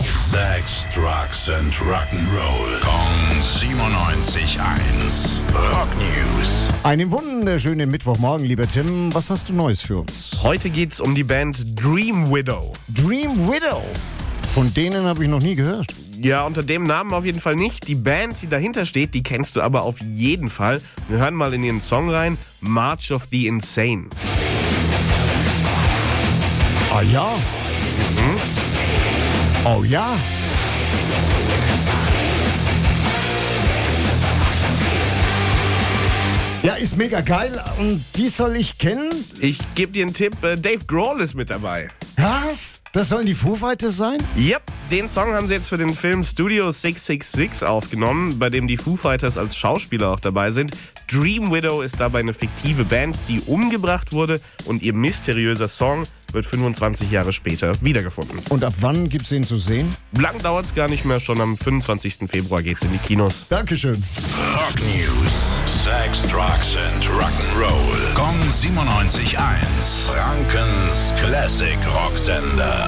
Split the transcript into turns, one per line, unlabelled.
Sex, Drugs and Rock'n'Roll. Kong 97.1. Rock News.
Einen wunderschönen Mittwochmorgen, lieber Tim. Was hast du Neues für uns?
Heute geht's um die Band Dream Widow.
Dream Widow. Von denen habe ich noch nie gehört.
Ja, unter dem Namen auf jeden Fall nicht. Die Band, die dahinter steht, die kennst du aber auf jeden Fall. Wir hören mal in ihren Song rein: March of the Insane.
Ah ja. Mhm. Oh ja. Ja, ist mega geil. Und die soll ich kennen?
Ich gebe dir einen Tipp: äh, Dave Grohl ist mit dabei.
Was? Das sollen die Foo Fighters sein?
Yep, den Song haben sie jetzt für den Film Studio 666 aufgenommen, bei dem die Foo Fighters als Schauspieler auch dabei sind. Dream Widow ist dabei eine fiktive Band, die umgebracht wurde und ihr mysteriöser Song wird 25 Jahre später wiedergefunden.
Und ab wann gibt's den zu sehen?
Lang dauert's gar nicht mehr, schon am 25. Februar geht's in die Kinos.
Dankeschön.
Rock News. Sex, Drugs and Rock'n'Roll. Kong 97.1. Frankens Classic Rocksender.